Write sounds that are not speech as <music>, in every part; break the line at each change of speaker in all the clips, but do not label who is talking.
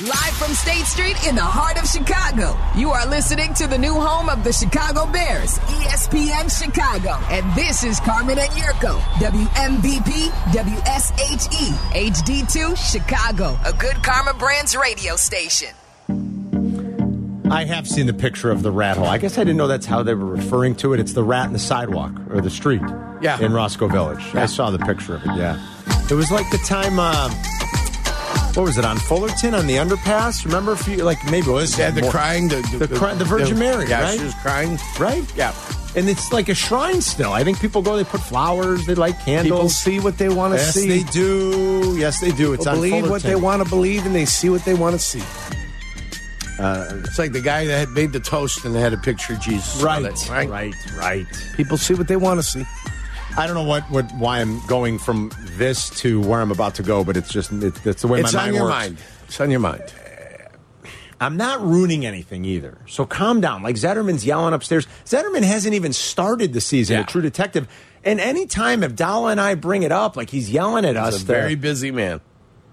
Live from State Street in the heart of Chicago, you are listening to the new home of the Chicago Bears, E ESPN Chicago. And this is Carmen and Yurko, WMVP, WSHE, HD2, Chicago, a good Karma Brands radio station.
I have seen the picture of the rat hole. I guess I didn't know that's how they were referring to it. It's the rat in the sidewalk or the street
Yeah.
in Roscoe Village. I saw the picture of it, yeah. It was like the time, uh, what was it, on Fullerton on the underpass? Remember, if you, like maybe it was.
Yeah, the
more-
crying, the
The cry- the Virgin Mary,
Yeah,
right?
she was crying.
Right?
Yeah.
And it's like a shrine still. I think people go, they put flowers, they light candles.
People see what they want to
yes,
see.
they do. Yes, they do. It's
People
on
believe what
Fullerton.
they want to believe, and they see what they want to see. Uh, it's like the guy that had made the toast and had a picture of Jesus. on
Right,
it,
right,
right,
right, right.
People see what they want to see.
I don't know what, what why I'm going from this to where I'm about to go, but it's just it, that's the way
it's
my
on
mind
your
works. Uh,
mind. It's on your mind.
I'm not ruining anything either. So calm down. Like Zetterman's yelling upstairs. Zetterman hasn't even started the season
Yeah.
a True Detective. And anytime Abdallah and I bring it up, like he's yelling at
He's
us.
a
to-
very busy man.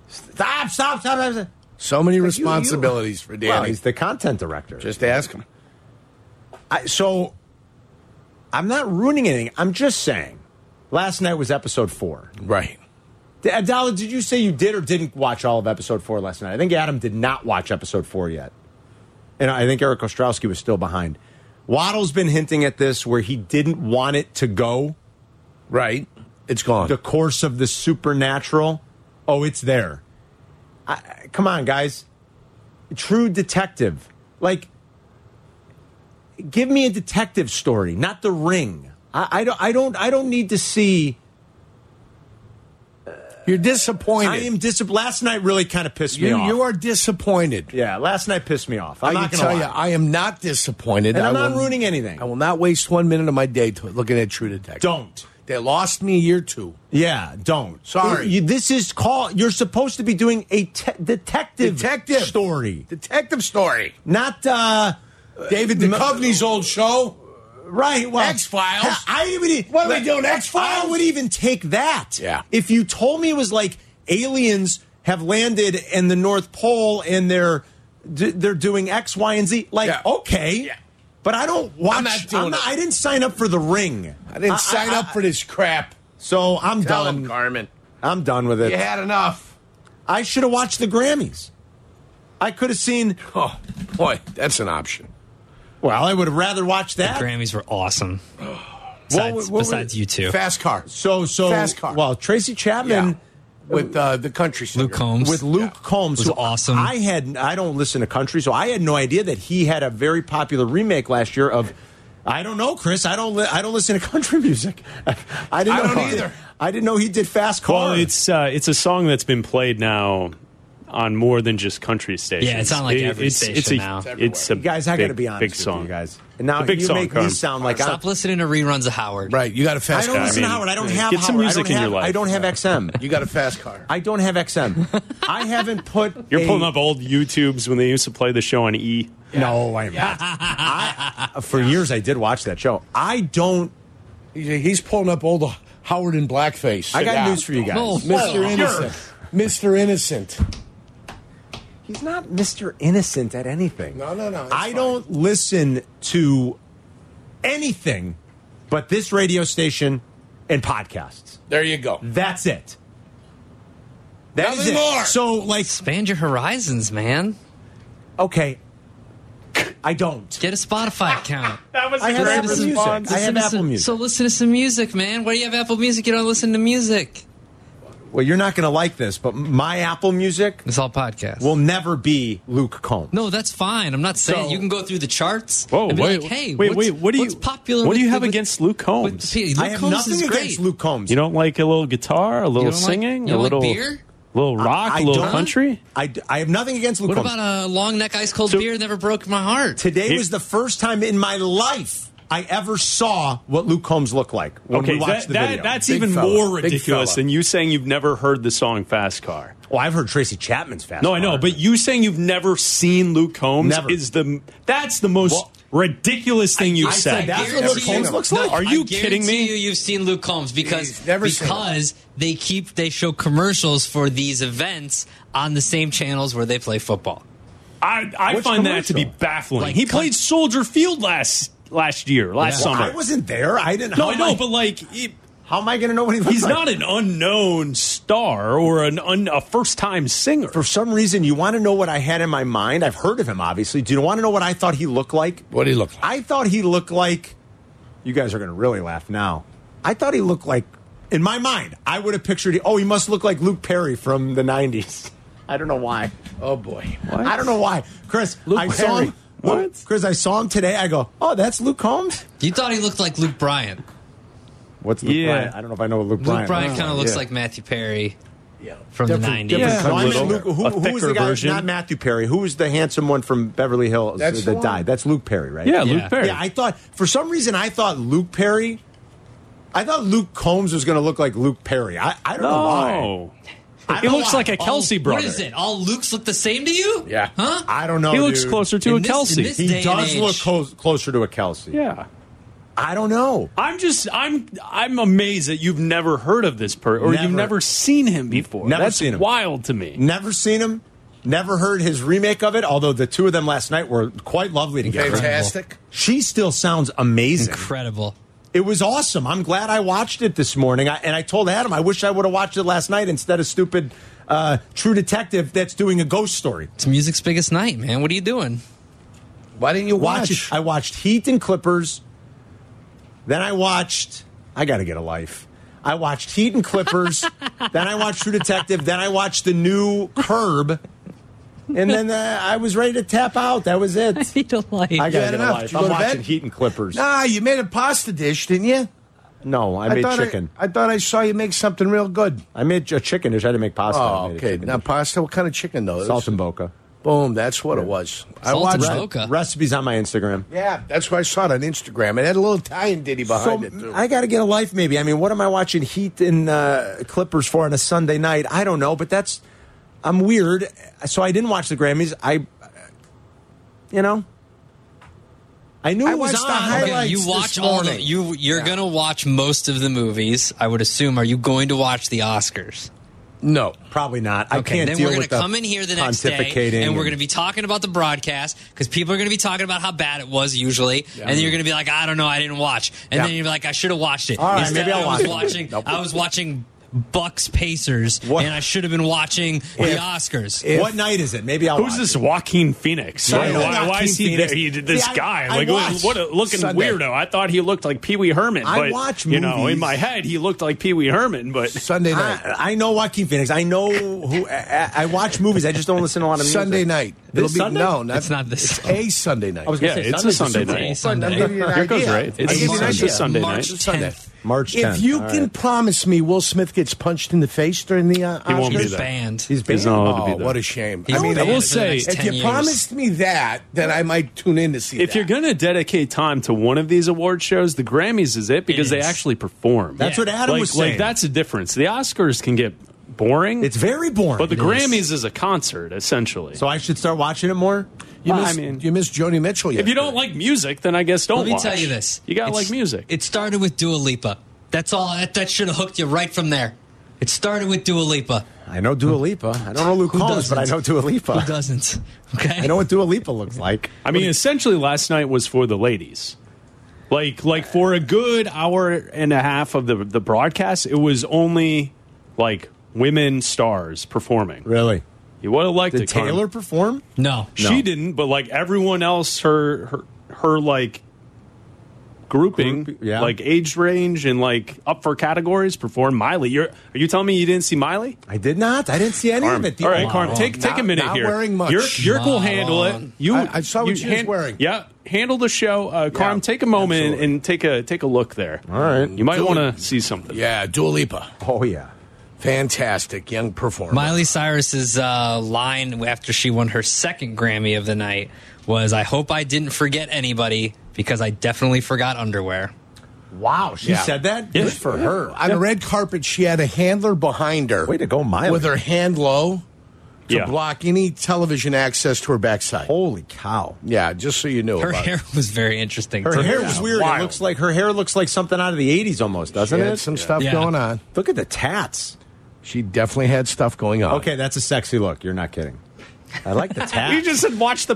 stop, stop, stop, stop, stop.
So many
Like, you- you-
responsibilities for Danny.
Well, he's the content director.
Just ask him.
I, so I'm not ruining anything. I'm just saying. Last night was episode four.
Right.
D- Abdallah, did you say you did or didn't watch all of episode four last night? I think Adam did not watch episode four yet. And I think Eric Ostrowski was still behind. Waddle's been hinting at this where he didn't want it to go
Right. It's gone.
the course of the supernatural. Oh, it's there. I, I- come on, guys. True detective. Like, give me a detective story, not the ring. I, I don't. I don't. I don't need to see. uh,
You're disappointed.
I am dis. Last night really kind of pissed me
you,
off.
you are disappointed.
Yeah, last night pissed me off. I'm
I
not
can
going to
tell
lie.
you, I am not disappointed.
And I'm
I
not ruining anything.
I will not waste one minute of my day to, looking at True Detective.
Don't.
They lost me a year two.
Yeah, don't.
Sorry.
You- this is call. You're supposed to be doing a te- detective,
Detective
story,
Detective story.
not uh,
David Duchovny's old show.
right. Well,
X-Files?
hell, I even. e,
What are we doing, X-Files?
I would even take that.
Yeah.
If you told me it was like aliens have landed in the North Pole and they're d- they're doing X, Y, and Z, like
Yeah.
okay.
Yeah.
But I don't watch.
not doing it.
I didn't sign up for the ring.
I didn't sign up for this crap.
So I'm
Tell
done.
him, Carmen.
I'm done with it.
You had enough.
I should have watched the Grammys. I could have seen.
Oh, boy, that's an option.
Well, I would have rather watched that.
Grammys were awesome.
What
Besides,
were- what
besides
were-
you two,
Fast car.
so so
Fast car.
well, Tracy Chapman.
Yeah. with uh, the country singer.
Luke Combs
With Luke Combs,
Was
who
awesome.
I had I don't listen to country, so I had no idea that he had a very popular remake last year of I don't know, Chris. I don't li- I don't listen to country <laughs> music. I didn't
I
know
don't
he did-
either.
I didn't know he did Fast Car.
Well, it's uh, it's a song that's been played now on more than just country stations.
Yeah, it's on, like, every
it's, it's a,
station now. It's
It's a
guys, I got to
big-
be honest
big
with
song.
you guys. And now
The big
you
song,
make me
Carmen.
sound like I'm
stop listening to reruns of Howard.
Right, you got a
I
fast
don't
car.
listen
I
to
mean,
Howard. I don't have
get some
Howard. I
music
don't
in
have,
your life.
I don't have
<laughs>
XM.
you got a fast car.
I don't
<laughs>
have XM. I haven't put.
You're
a-
pulling up old YouTubes when they used to play the show on E.
No, I'm not. I, for years, I did watch that <laughs> show. I don't.
He's, he's pulling up old Howard in blackface.
I got
Yeah.
news for you guys.
No. Oh,
Mr. Innocent. Mr. Innocent.
He's not Mr. Innocent at anything.
No, no, no, that's
I
fine.
don't listen to anything but this radio station and podcasts.
There you go.
That's it. That's
Nothing more.
So, like,
Expand your horizons, man.
okay, I don't.
Get a Spotify account.
That was
I have
great
Apple Music.
response.
I have
Listen to some-
Apple Music.
So listen to some music, man. Why do you have Apple Music? You don't listen to music.
well, you're not going to like this, but my Apple Music
It's all podcasts.
will never be Luke Combs.
no, that's fine. I'm not saying
So-
you can go through the charts.
Whoa,
and be
wait,
like, hey,
wait,
what's,
wait, what do you-
what's popular?
what do you
with-
have
with-
against Luke Combs?
with the- Luke
I have
Combs
nothing
is
against
great.
Luke Combs.
You don't like a little guitar, a little
don't like-
singing,
you don't like
a little
beer?
little rock,
I
a little
don't-
country.
I, I have nothing against Luke
What
Combs.
about a long neck ice cold
So-
beer? Never broke my heart.
Today
Here-
was the first time in my life I ever saw what Luke Combs looked like when we
Okay,
watched
that,
the
that,
video.
that's
Big
even
fella.
more
Big
ridiculous
fella.
than you saying you've never heard the song "Fast Car."
well, Oh, I've heard Tracy Chapman's fast.
No, I know,
car.
but you saying you've never seen Luke Combs
Never.
is the that's the most
Well,
ridiculous thing you
I
said.
said that's what
Guarantee
Luke
you-
Combs looks
No,
like.
Are you
I guarantee
kidding me?
You, you've seen Luke Combs because
He's never seen
because they keep they show commercials for these events on the same channels where they play football.
I, I
Which
find that to be
commercial?
baffling.
Like,
he
cut-
played Soldier Field last last year, last
Well,
summer.
I wasn't there. I didn't.
no,
how
I
am
know, but like he-
how am I going to know what he looks
he's
like?
not an unknown star or an un, a first time singer.
For some reason, you want to know what I had in my mind. I've heard of him, obviously. Do you want to know what I thought he looked like?
What do you look like?
I thought he looked like. You guys are going to really laugh now. I thought he looked like. In my mind, I would have pictured. Oh, he must look like Luke Perry from the '90s. I don't know why.
Oh boy.
I don't know why, Chris.
Luke
I saw
Perry.
him.
What?
Chris, I saw him today. I go, oh, that's Luke Combs.
You thought he looked like Luke Bryan.
What's Luke
Yeah.
Bryant? I don't know if I know what Luke Bryant.
Luke Bryan
is.
kind of looks
Yeah.
like Matthew Perry from
Different-
the 90s.
different
Yeah.
kind of
No, I
Luke.
meant
Who-
a
who was
thicker
the guy?
version.
Not Matthew Perry. Who was the handsome one from Beverly Hills
That's the
that
one.
died? That's Luke Perry, right?
yeah,
Yeah.
Luke Perry.
Yeah, I thought for some reason I thought Luke Perry. I thought Luke Combs was going to look like Luke Perry. I, I don't know
no,
why. I
he
don't know
looks
why. Oh,
like a Kelsey brother.
What is it? All Lukes look the same to you?
Yeah.
Huh?
I don't know.
He looks
dude.
closer to
In
a
this- in
Kelsey.
this
He
day and
does
age.
look close, closer to a Kelsey.
yeah.
I don't know.
I'm just I'm I'm amazed that you've never heard of this person or you've
Never.
never seen him before.
Never
That's
seen him.
wild to me.
Never seen him. Never heard his remake of it. Although the two of them last night were quite lovely together.
Fantastic.
She still sounds amazing.
Incredible.
It was awesome. I'm glad I watched it this morning. I, and I told Adam I wish I would have watched it last night instead of stupid uh, True Detective that's doing a ghost story.
It's music's biggest night, man. What are you doing?
Why didn't you watch?
Watch. it. I watched Heat and Clippers. Then I watched. I got to get a life. I watched Heat and Clippers.
<laughs>
then I watched True Detective. Then I watched the new Curb. And then uh, I was ready to tap out. That
<laughs>
was it. I
Need a light.
got
had
to get a
enough.
life.
Did you
I'm
go to
watching
bed?
Heat and Clippers.
Nah, you made a pasta dish, didn't you?
No, I made
thought
chicken.
I, thought I saw you make something real good.
I, made a chicken dish. I didn't make pasta. I
Oh,
made a
okay.
chicken
Now
dish.
pasta. What kind of chicken though?
salt and boca.
Boom. That's what it was. I
Salt and
watched.
boca.
it.
Okay.
Recipes on my Instagram.
Yeah, that's why I saw it on Instagram. It had a little Italian ditty behind it
So
too.
I got to get a life, maybe. I mean, what am I watching Heat and uh, Clippers for on a Sunday night? I don't know, but that's I'm weird. So I didn't watch the Grammys. I, you know, I knew
I
it was
watched
on.
the
Okay,
highlights
you
this
watch all the
morning.
you you're gonna watch most of the movies. I would assume. Are you going to watch the Oscars?
no.
Probably not. I
Okay,
can't
then
deal
we're gonna
with the
come in here the next day,
pontificating
and we're gonna be talking about the broadcast because people are gonna be talking about how bad it was usually, and then you're gonna be like, I don't know, I didn't watch, and
Yeah.
then you're like, I should have watched it.
All right,
Instead,
maybe I'll
I was
watch it.
watching.
Nope.
I was watching Bucks Pacers,
What?
and I should have been watching the
If-
Oscars.
what night is it? Maybe I'll.
Who's
watch
this
it.
Joaquin Phoenix?
Yeah,
Why, why, why is
Joaquin
he,
Phoenix.
there? he did this
See, I-
guy?
I
Like
watch
what a looking
Sunday.
weirdo. I thought he looked like Pee Wee Herman.
I
but,
watch
you know,
movies.
in my head he looked like Pee Wee Herman, but
Sunday night.
I, I know Joaquin Phoenix. I know who. I, I watch movies. I just don't listen to a lot of music.
Sunday night.
This
It'll be
Sunday?
no, not,
It's not this
It's a Sunday night.
I was gonna
yeah,
say
it's a
Sunday's the
Sunday
Super Bowl.
night.
Sunday.
I'm giving you an
Here goes
idea.
Ray. It's
I'll give you an
March-
idea.
it's a Sunday
March
night.
10th.
March.
If
10th.
you
All
can
right.
promise me Will Smith gets punched in the face during the uh,
He won't be
Oscars-
He's
there.
banned.
he's busy.
He's not
Oh,
to be there.
what a shame!
He's
I mean,
I
banned
will
for the
say-
next
if
10
you
years.
promised me that, then I might tune in to see.
if
that.
you're going to dedicate time to one of these award shows, the Grammys is it because they
is.
actually perform.
That's what Adam
like,
was saying.
like that's a difference. The Oscars can get boring.
It's very boring.
But the
It is.
Grammys is a concert, essentially.
So I should start watching it more.
you
Well,
miss,
I mean-
you miss Joni Mitchell.
if you don't
yesterday.
like music, then I guess don't
Let me
watch.
tell you this.
You gotta
It's-
like music.
It started with Dua Lipa. That's all. That, that should have hooked you right from there. It started with Dua Lipa.
I know Dua Lipa. I don't know Luke
Who
Combs, but I know
doesn't?
Dua Lipa.
Who
<laughs>
doesn't? Okay.
I know what Dua Lipa looks like.
I mean, essentially, last night was for the ladies. Like, like for a good hour and a half of the the broadcast, it was only like women stars performing.
Really?
You would have liked
Did
it, Carmen.
Taylor perform?
No.
She didn't, but like everyone else, her her, her like grouping,
Group- yeah.
like age range and like up for categories, performed. Miley, you're are you telling me you didn't see Miley?
I did not. I didn't see any
Carm.
of it. The
All right,
old-
Carm,
Oh.
take take a
Not-
minute
not
here.
wearing much.
You're, you're cool.
Not
Handle it.
on.
You.
I- I saw what
you
she was wearing.
Yeah, handle the show. Uh, Carm,
Yeah,
take a moment
absolutely.
and take a take a look there. All
right.
you might
Do
want
it.
to see something.
yeah, Dua Lipa,
Oh yeah.
fantastic young performer.
Miley Cyrus's uh, line after she won her second Grammy of the night was, "I hope I didn't forget anybody because I definitely forgot underwear."
Wow. She
Yeah.
said that.
Yeah.
Good for her.
<laughs>
on the red carpet, she had a handler behind her.
Way to go, Miley.
With her hand low to
Yeah.
block any television access to her backside.
Holy cow.
Yeah, just so you knew.
Her
about
hair was very interesting.
Her
too.
hair was weird.
wild.
It looks like her hair looks like something out of the '80s almost,
It.
doesn't
She
it?
had some stuff
Yeah.
going on.
Look at the tats.
She definitely had stuff going on.
Okay, that's a sexy look. You're not kidding. I
<laughs>
like the tap.
You just said watch the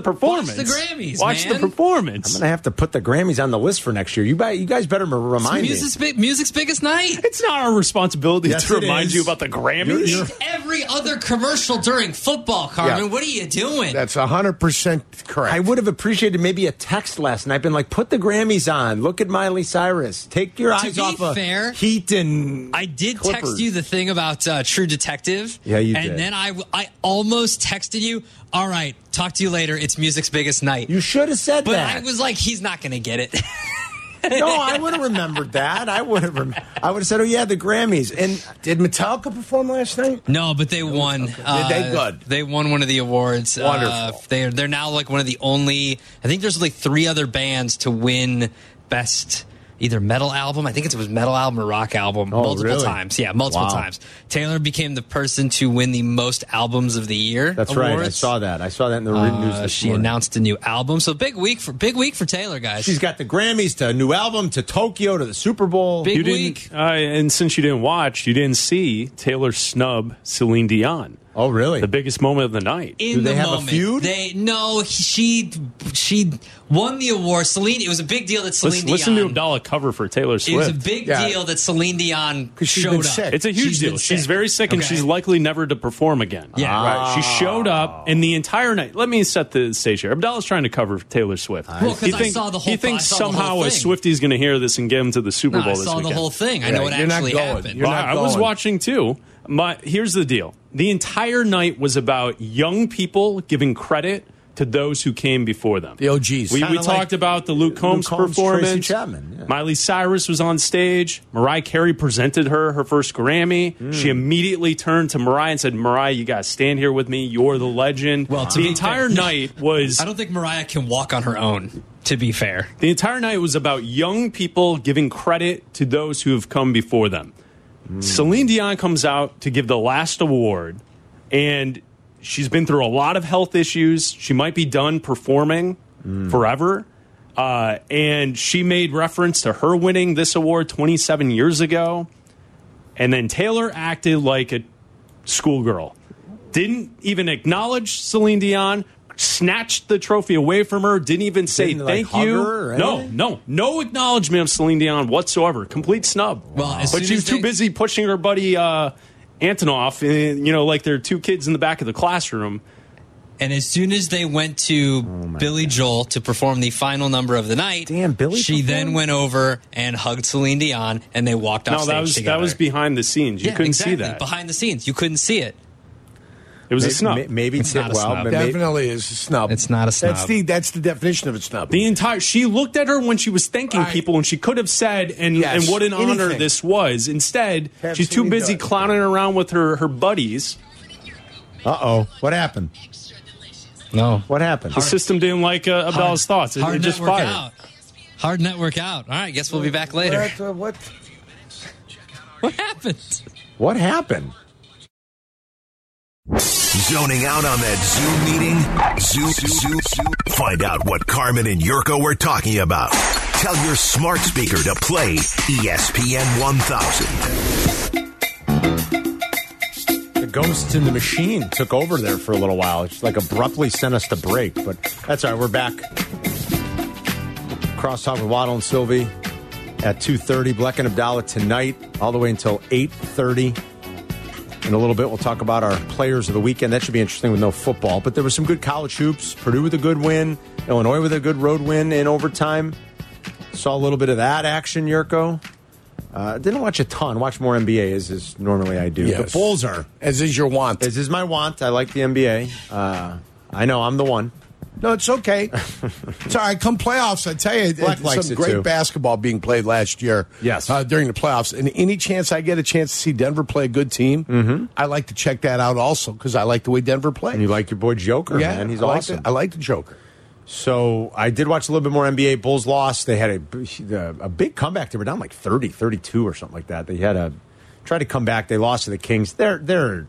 Watch
performance.
the Grammys,
Watch
man.
the performance.
I'm gonna have to put the Grammys on the list for next year. You, bet- you guys better m- remind me.
music's, bi- music's biggest night.
It's not our responsibility
Yes,
to
it
remind
is.
you about the Grammys.
You're-
Every other commercial during football, Carmen.
Yeah.
What are you doing?
That's 100% correct.
I would have appreciated maybe a text last night. Been like, put the Grammys on. Look at Miley Cyrus. Take your eyes
be <laughs>
off of
fair,
Heat and
I did text
Clippers.
you the thing about uh, True Detective.
Yeah, you
And
did.
then I, I almost texted you. All right, talk to you later. It's music's biggest night.
You should have said
but
that.
I was like, he's not going to get it. <laughs>
no, I would have remembered that. I would have. Rem- I would have said, oh yeah, the Grammys. And
Did Metallica perform last night?
no, but they won. Uh,
they good?
They won one of the awards. Uh,
Wonderful.
they're they're now like one of the only. I think there's like three other bands to win best either metal album. I think it was metal album or rock album multiple
Oh, really?
times. Yeah, multiple
Wow.
times. Taylor became the person to win the most albums of the year.
that's right. I
awards.
saw that. I saw that in the news.
Uh,
This
she
morning.
announced a new album. So big week for big week for Taylor, guys.
She's got the Grammys to a new album to Tokyo to the Super Bowl.
big
You
week.
didn't, uh, and since you didn't watch, you didn't see Taylor snub Celine Dion,
oh really?
the biggest moment of the night.
in
Do they
the
have a
moment.
feud?
They no. She she won the award. Celine. It was a big deal that Celine
Listen,
Dion.
listen to Abdallah cover for Taylor
It was a
Swift.
big
Yeah.
deal that Celine Dion
she's
showed
been
up.
sick.
it's a huge
She's been
deal. She's
sick.
very sick, and
Okay.
she's likely never to perform again.
Yeah. Ah.
She showed up, and the entire night. Let me set the stage here. Abdallah's trying to cover for Taylor Swift.
Well, 'cause
he
I saw the whole-
he thinks
I saw the whole
somehow a
thing.
Swifty's going to hear this and get him to the Super
No,
Bowl
I
this
saw
weekend.
the whole thing. I know what
you're not
actually
going.
happened.
You're
Well,
not
I was
going.
watching too. My here's the deal: the entire night was about young people giving credit to those who came before them.
The
We,
OGs.
we
Kinda
talked
like
about the Luke
Luke
Combs,
Combs, Tracy
performance.
Chapman, yeah.
Miley Cyrus was on stage. Mariah Carey presented her her first Grammy. She immediately turned to Mariah and said, "Mariah, you got to stand here with me. You're the legend."
Well, to
the
be
entire
fair-
night was
I don't think Mariah can walk on her own. To be fair,
the entire night was about young people giving credit to those who have come before them. Celine Dion comes out to give the last award, and she's been through a lot of health issues. She might be done performing forever. Uh, and she made reference to her winning this award 27 years ago. And then Taylor acted like a schoolgirl. Didn't even acknowledge Celine Dion, snatched the trophy away from her, didn't even say
Didn't, like,
thank
hug
you.
her or
no,
anything?
no, no acknowledgement of Celine Dion whatsoever. Complete snub.
Well, as
but
soon
she's
as
too
they-
busy pushing her buddy uh, Antonoff, and, you know, like there are two kids in the back of the classroom.
And as soon as they went to Billy Joel to perform the final number of the night,
Oh Damn, Billy
She then
performed?
went over and hugged Celine Dion, and they walked off
No,
stage
that was
together.
that was behind the scenes. You
Yeah,
couldn't
exactly.
see that.
behind the scenes. You couldn't see it.
it was
May-
a snub.
may- Maybe
It's
Ta-
not a
well,
snub.
ma- ma-
Definitely is a snub.
It's not a snub.
That's the, that's the definition of a snub.
The entire she looked at her when she was thanking
Right.
people, and she could have said, "and
Yes,
and what an honor
anything.
this was." Instead,
Have
she's too
Celine
busy
do it.
clowning around with her her buddies.
Uh oh, what happened?
No.
What happened?
The system didn't like uh, Abdallah's thoughts. It,
hard
it just
network
fired.
out. Hard network out. All right, guess we'll be back later.
What, uh, what?
What happened?
What happened?
Zoning out on that Zoom meeting? Zoom, Zoom, Zoom. Find out what Carmen and Yurko were talking about. Tell your smart speaker to play E ESPN 1000.
The ghost in the machine took over there for a little while. It's like abruptly sent us to break, but that's all right. We're back. Crosstalk with Waddle and Sylvie at 2.30. Bleck and Abdallah tonight, all the way until 8.30. In a little bit, we'll talk about our players of the weekend. That should be interesting with no football. But there was some good college hoops. Purdue with a good win. Illinois with a good road win in overtime. Saw a little bit of that action, Yurko. Uh, didn't watch a ton. Watch more NBA as is normally I do.
Yes.
The Bulls are
As is your want.
this is my want. I like the NBA. Uh, I know I'm the one.
No, it's <laughs> okay. it's all right. Come playoffs, I tell you,
Black
it's
likes
some
it,
great
too.
basketball being played last year.
Yes.
uh, during the playoffs, and any chance I get a chance to see Denver play a good team, mm-hmm. I like to check that out also because I like the way Denver plays.
And you like your boy Joker,
yeah,
man. He's
I like
awesome.
the- I like the Joker.
so I did watch a little bit more NBA. Bulls lost. They had a, a big comeback. They were down like 30, 32 or something like that. They had a try to come back. They lost to the Kings. They're they're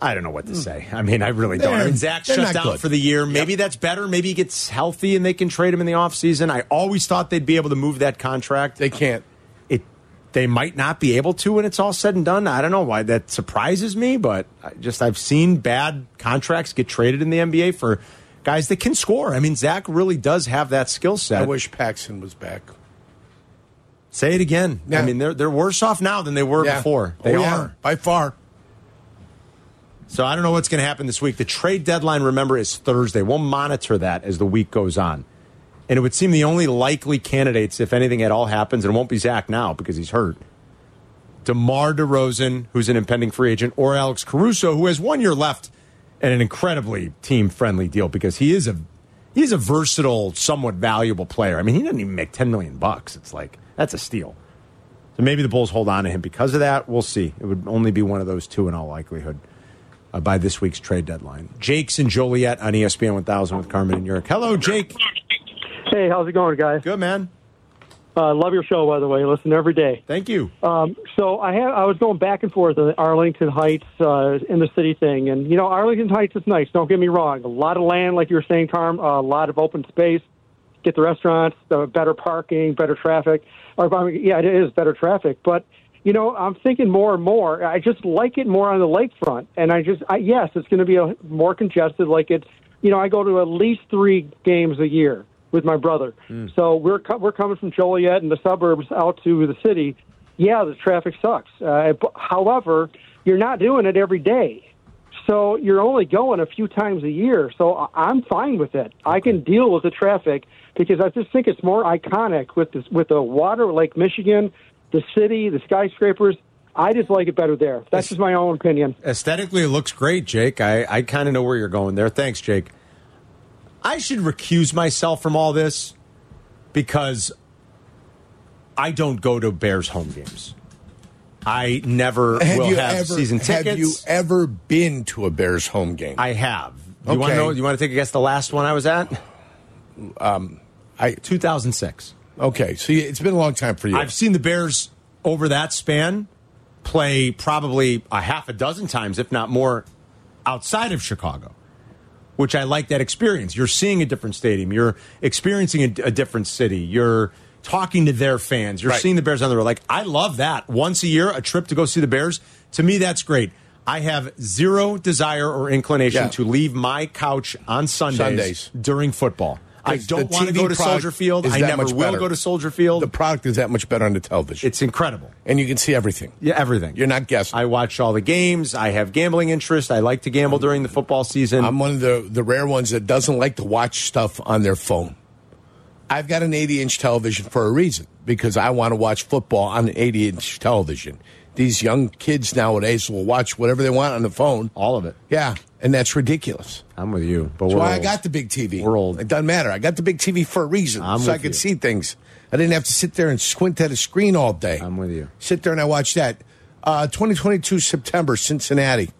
I don't know what to say. I mean, I really don't. I
They're-
mean, Zach
they're not
shut down
good.
for the year. Maybe that's better. Maybe he gets healthy and they can trade him in the offseason. I always thought they'd be able to move that contract.
They can't.
it they might not be able to when it's all said and done. I don't know why that surprises me, but I just I've seen bad contracts get traded in the NBA for guys that can score. I mean, Zach really does have that skill
I
set.
wish Paxson was back.
Say it again.
Yeah.
I mean, they're they're worse off now than they were
Yeah.
before. They
Oh,
are.
yeah, by far.
So I don't know what's going to happen this week. The trade deadline, remember, is Thursday. We'll monitor that as the week goes on. And it would seem the only likely candidates, if anything at all happens, and it won't be Zach now because he's hurt. DeMar DeRozan, who's an impending free agent, or Alex Caruso, who has one year left and an incredibly team friendly deal because he is a he's a versatile, somewhat valuable player. I mean, he doesn't even make ten million bucks. It's like that's a steal. So maybe the Bulls hold on to him because of that. We'll see. It would only be one of those two in all likelihood uh, by this week's trade deadline. Jake's and Joliet on E ESPN 1000 with Carmen and Yurik. Hello, Jake.
Hey, how's it going, guys?
Good man.
Uh, love your show, by the way. Listen every day.
Thank you.
Um, so I had I was going back and forth on the Arlington Heights uh, in the city thing, and you know Arlington Heights is nice. Don't get me wrong. A lot of land, like you were saying, Carm. A lot of open space. Get the restaurants, the better parking, better traffic. Or I mean, yeah, it is better traffic. But you know, I'm thinking more and more. I just like it more on the lakefront, and I just I, yes, it's going to be a, more congested. Like it's you know, I go to at least three games a year with my brother. So we're co- we're coming from Joliet and the suburbs out to the city yeah, the traffic sucks. Uh, b- however, you're not doing it every day. So you're only going a few times a year. So I- I'm fine with it. I can deal with the traffic because I just think it's more iconic with this, with the water, Lake Michigan, the city, the skyscrapers. I just like it better there. That's just my own opinion.
Aesthetically, it looks great, Jake. I, I kind of know where you're going there. Thanks, Jake. I should recuse myself from all this because I don't go to Bears home games. I
<laughs>
never
Have
will
you
have
ever
season tickets.
have you ever been to a Bears home game?
I have. You want
Okay.
to know? You want to take a guess? The last one I was at,
Um, I
2006.
okay. So you- it's been a long time for you.
I've seen the Bears over that span play probably a half a dozen times, if not more, outside of Chicago, which I like that experience. You're seeing a different stadium, you're experiencing a, a different city, you're talking to their fans, you're
Right.
seeing the Bears on the road. Like, I love that. Once a year, a trip to go see the Bears, to me, that's great. I have zero desire or inclination
Yeah.
to leave my couch on Sundays,
Sundays.
during football. I
'Cause
don't
the
want to
TV
go to
product
Soldier Field.
is
I
that
never
much
will
better.
go to Soldier Field.
the product is that much better on the television,
It's incredible.
and you can see everything.
Yeah, everything.
You're not guessing.
I watch all the games. I have gambling interest. I like to gamble during the football season.
I'm one of the the rare ones that doesn't like to watch stuff on their phone. I've got an 80 inch television for a reason because I want to watch football on an 80 inch television. These young kids nowadays will watch whatever they want on the phone.
all of it.
Yeah, and that's ridiculous.
I'm with you. But
That's
we're
why I
old.
got the big TV.
We're old.
It doesn't matter. I got the big TV for a reason,
I'm
so I
with
could
you.
see things. I didn't have to sit there and squint at a screen all day.
I'm with you.
Sit there and I watched that. Uh, 2022 September Cincinnati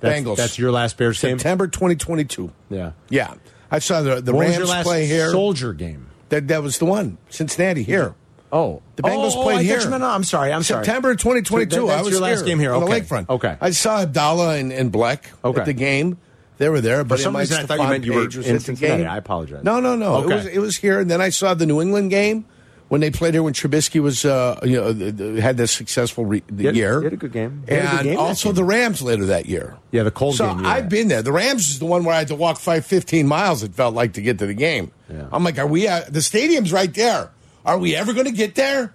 that's,
Bengals.
That's your last Bears game.
September 2022.
Yeah.
Yeah, I saw the the
What was
Rams
your last
play here.
Soldier game.
that that was the one Cincinnati here.
Oh,
The Bengals
oh,
played
I thought
here.
you meant- no, I'm sorry. I'm sorry.
September 2022.
So that-
I
that's
was
your last
here
game here.
on
Okay.
the lakefront.
Okay.
I saw Abdallah and, and Black
Okay.
at the game. They were there, but
some
Mike
reason I thought you
Stepan
meant you were
Page was
in
at the
Cincinnati.
game.
I apologize.
No, no, no.
Okay.
It was it was here, and then I saw the New England game when they played here when Trubisky was uh, you know th- th- had this successful re- the
He had-
year.
he had a good game. He had a good
and
game that
also
game.
the Rams later that year.
Yeah, the cold
so
game, yeah.
I've been there. The Rams is the one where I had to walk five, 15 miles. It felt like to get to the game.
Yeah.
I'm like, are we? Uh, the stadium's right there. Are we ever going to get there?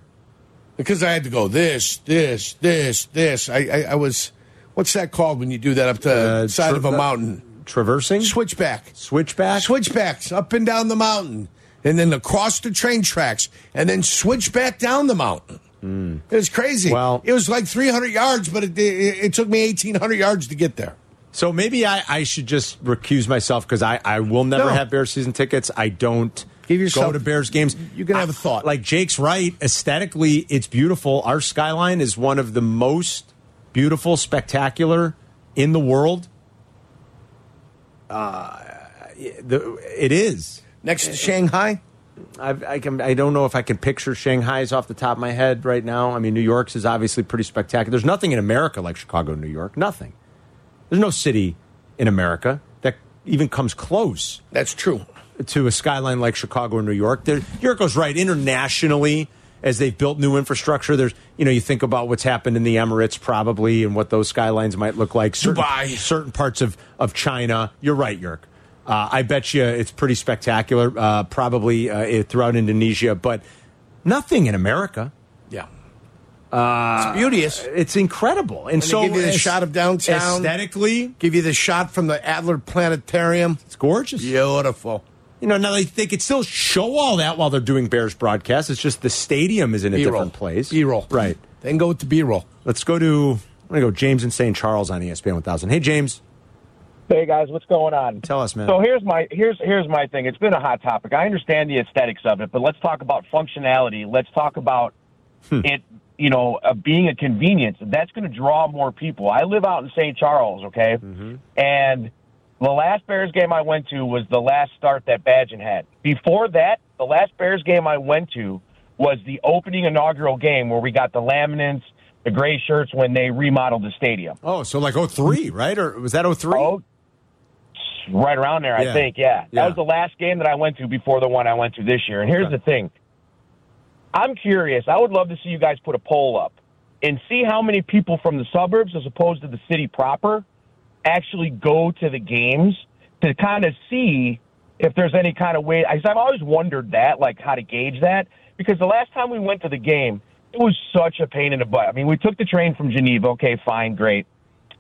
because I had to go this, this, this, this. I, I, I was, what's that called when you do that up the
Uh,
side
tra-
of a
uh,
mountain?
Traversing?
Switchback.
Switchback?
Switchbacks up and down the mountain, and then across the train tracks, and then switch back down the mountain. It was crazy.
Hmm. Well-
it was like 300 yards, but it, it, it took me 1,800 yards to get there.
So maybe I, I should just recuse myself because I, I will never
No.
have Bears season tickets. I don't
Give yourself-
go to Bears games.
you can have
I-
a thought.
Like Jake's right. Aesthetically, it's beautiful. Our skyline is one of the most beautiful, spectacular in the world. Uh, the, it is.
Next to Shanghai,
I've, I can. I don't know if I can picture Shanghai's off the top of my head right now. I mean, New York's is obviously pretty spectacular. There's nothing in America like Chicago, New York. Nothing. There's no city in America that even comes close
that's true.
to a skyline like Chicago or New York. There, Yurko's right. Internationally, as they've built new infrastructure. There's, you know, you think about what's happened in the Emirates probably and what those skylines might look like. Certain,
Dubai.
certain parts of of China. You're right, Yerk. Uh, I bet you it's pretty spectacular, uh, probably uh, it- throughout Indonesia, but nothing in America.
Yeah. it's beauteous.
Uh, It's incredible, and
they
so
give you the
as-
shot of downtown.
aesthetically,
Give you the shot from the Adler Planetarium.
it's gorgeous.
Beautiful.
You know, now they, they could still show all that while they're doing Bears broadcast. It's just the stadium is in a
B-roll.
different place.
B-roll.
Right.
Then go with the B-roll.
Let's go to, I'm going to go James and St. Charles on E ESPN 1000. Hey, James.
Hey guys, what's going on?
Tell us, man.
So here's my here's here's my thing. It's been a hot topic. I understand the aesthetics of it, but let's talk about functionality. Let's talk about
Hmm.
it. You know, uh, being a convenience that's going to draw more people. I live out in St. Charles, okay,
Mm-hmm.
and the last Bears game I went to was the last start that Badgen had. Before that, the last Bears game I went to was the opening inaugural game where we got the laminates, the gray shirts when they remodeled the stadium.
Oh, so like 03, right? Or was that 03?
Oh, right around there,
Yeah.
I think. Yeah.
Yeah.
that was the last game that I went to before the one I went to this year. And here's the thing: I'm curious. I would love to see you guys put a poll up and see how many people from the suburbs, as opposed to the city proper, actually go to the games to kind of see if there's any kind of way. Because I've always wondered that, like how to gauge that. Because the last time we went to the game, it was such a pain in the butt. I mean, we took the train from Geneva. Okay, fine, great